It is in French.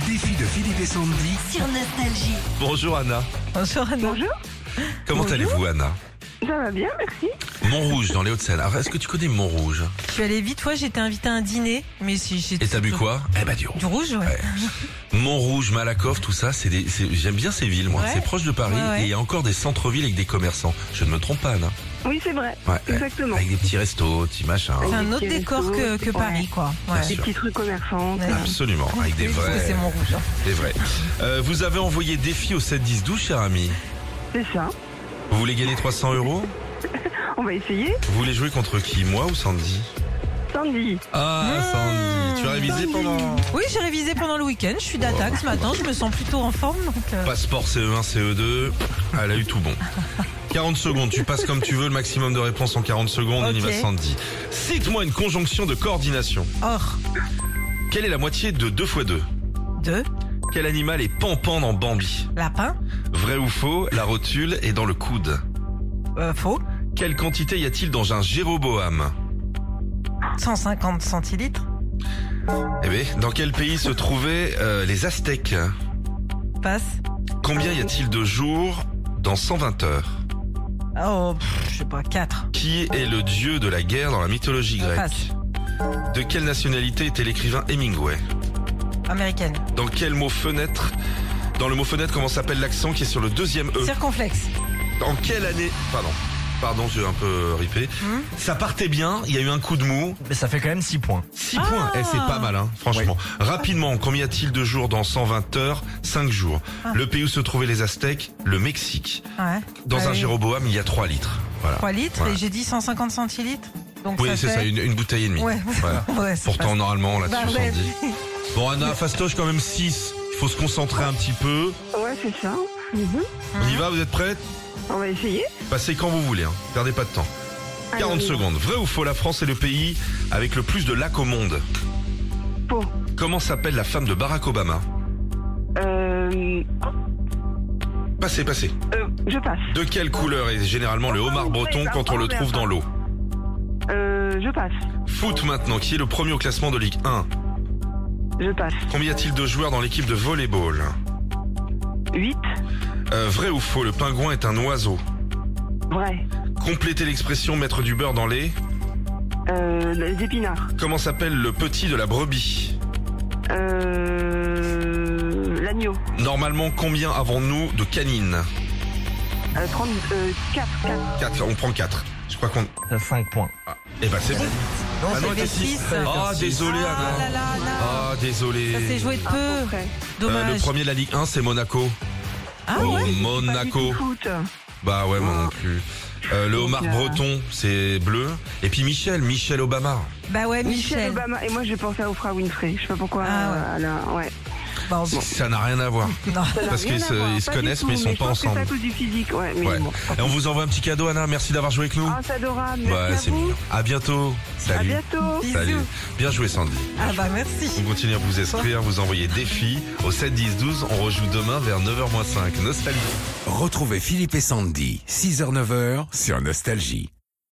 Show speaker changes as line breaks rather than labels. Philippe et Sandy.
sur Nostalgie.
Bonjour Anna.
Bonjour Anna.
Bonjour,
Comment
Bonjour.
allez-vous Anna
ça va bien, merci.
Montrouge dans les Hauts-de-Seine. Alors, Est-ce que tu connais Montrouge
Je suis allée vite, ouais, j'étais invitée à un dîner, mais si j'ai
Et t'as bu quoi Eh ben du rouge.
Du rouge, ouais.
Ouais. Montrouge, Malakoff, tout ça, c'est des. c'est- J'aime bien ces villes, moi.
Ouais.
C'est proche de Paris
Ouais, ouais.
et il y a encore des centres-villes avec des commerçants. Je ne me trompe pas, Anna.
Oui, c'est vrai,
Ouais, ouais.
exactement.
Avec des petits restos, petits machins.
C'est un
Des
autre
petits
décor que,
restos,
que
ouais.
Paris, quoi. Ouais.
Bien
Des
sûr.
petites rues commerçantes.
Ouais.
Absolument, avec des
Oui, parce que
vrais.
c'est mon rouge. hein.
Des vrais. Euh, vous avez envoyé défi au 7-10-12, cher ami.
C'est ça.
Vous voulez gagner 300 euros
On va essayer.
Vous voulez jouer contre qui Moi ou Sandy
Sandy.
Ah,
Mmh.
Sandy, tu as révisé pendant.
Oui, j'ai révisé pendant le week-end, je suis d'attaque ce matin, je me sens plutôt en forme. Donc, euh,
Passeport E CE1, CE2, elle a eu tout bon. 40 secondes, tu passes comme tu veux, le maximum de réponses en 40 secondes, on y
Ok.
va Sandy. Cite-moi une conjonction de coordination.
Or,
Quelle est la moitié de 2 x 2
deux,
Quel animal est pan-pan dans Bambi
lapin,
Vrai ou faux, la rotule est dans le coude.
euh, faux,
Quelle quantité y a-t-il dans un Jéroboam
150 centilitres,
Eh bien, dans quel pays se trouvaient euh, les Aztèques
passe.
Combien y a-t-il de jours dans 120 heures
Oh, pff, je sais pas, 4.
Qui est le dieu de la guerre dans la mythologie
Passe.
grecque De quelle nationalité était l'écrivain Hemingway
Américaine.
Dans quel mot fenêtre Dans le mot fenêtre, comment s'appelle l'accent qui est sur le deuxième E
Circonflexe.
Dans quelle année Pardon. Pardon, j'ai un peu ripé.
Hmm.
Ça partait bien, il y a eu un coup de mou.
Mais ça fait quand même 6 points.
6
Ah
points, Eh, c'est pas mal, hein, franchement. Rapidement, combien y a-t-il de jours dans 120 heures 5 jours.
Ah.
Le pays où se trouvaient les Aztèques, le Mexique.
Ouais.
Dans un
Ah oui.
Jéroboam, il y a 3 litres. Voilà.
3 litres,
Voilà.
et j'ai dit 150 centilitres. Donc
Oui,
ça
c'est
fait-
ça, une, une bouteille et demie.
Ouais.
Voilà.
Ouais, c'est
Pourtant, normalement,
pas-
là-dessus,
Bah,
on
ouais.
dit. Bon, Anna, fastoche quand même 6. Il faut se concentrer un petit peu.
Ouais, c'est ça. Mhm.
On
Hein
y va, vous êtes prêts
On va essayer.
Passez quand vous voulez, hein. perdez pas de temps. 40
Allez,
secondes. Vrai ou faux, la France est le pays avec le plus de lacs au monde.
Faux.
Comment s'appelle la femme de Barack Obama
Euh,
Passez, passez.
euh, je passe.
De quelle couleur est généralement le
Ah,
homard breton quand on le trouve dans l'eau
Euh, je passe.
Foot maintenant, qui est le premier au classement de Ligue 1.
Je passe.
Combien y a-t-il de joueurs dans l'équipe de volleyball
8.
Euh, Vrai ou faux, le pingouin est un oiseau.
Vrai.
Complétez l'expression mettre du beurre dans les.
Euh, les épinards.
Comment s'appelle le petit de la brebis
Euh, l'agneau.
Normalement, combien avons-nous de canines
Euh, 30, euh, 4. 4.
4, on prend 4. Je crois qu'on.
Ça 5 points.
Eh ben c'est bon.
Non,
Ah
ça
non,
fait
t'es
six.
six.
Ça fait
Ah,
six.
désolé,
Ah là
Anna.
là, là.
Ah, désolé.
Ça s'est joué de peu.
Euh, le
Dommage.
premier de la Ligue 1, c'est Monaco.
Ah
oh,
ouais
Monaco.
Foot.
Bah ouais, moi non
Ah.
plus. Euh, le homard
là.
breton, c'est bleu. Et puis Michel, Michel Obama.
Bah ouais,
Michel
Michel.
Obama. Et moi, j'ai pensé à Oprah Winfrey. Je sais pas pourquoi.
Ah ouais.
euh, là, ouais.
Bon,
Ça n'a rien à voir.
non.
Ça n'a
Parce
rien
qu'ils
à
se-
voir,
ils se
pas du
connaissent,
tout,
mais ils sont
je
pas
pense que
ensemble.
C'est à cause du physique, ouais. Mais
Ouais.
bon.
Et on vous envoie un petit cadeau, Anna. Merci d'avoir joué avec nous.
Ah, c'est adorable.
ouais,
Merci
c'est
à vous.
mignon. À bientôt.
À
Salut.
bientôt.
Bisous.
Salut. Bien joué, Sandy.
Ah bah merci.
On continue à vous inscrire, vous envoyer défi au 7 10 12. On rejoue demain vers 9h 05. Nostalgie.
Retrouvez Philippe et Sandy, 6h-9h sur Nostalgie.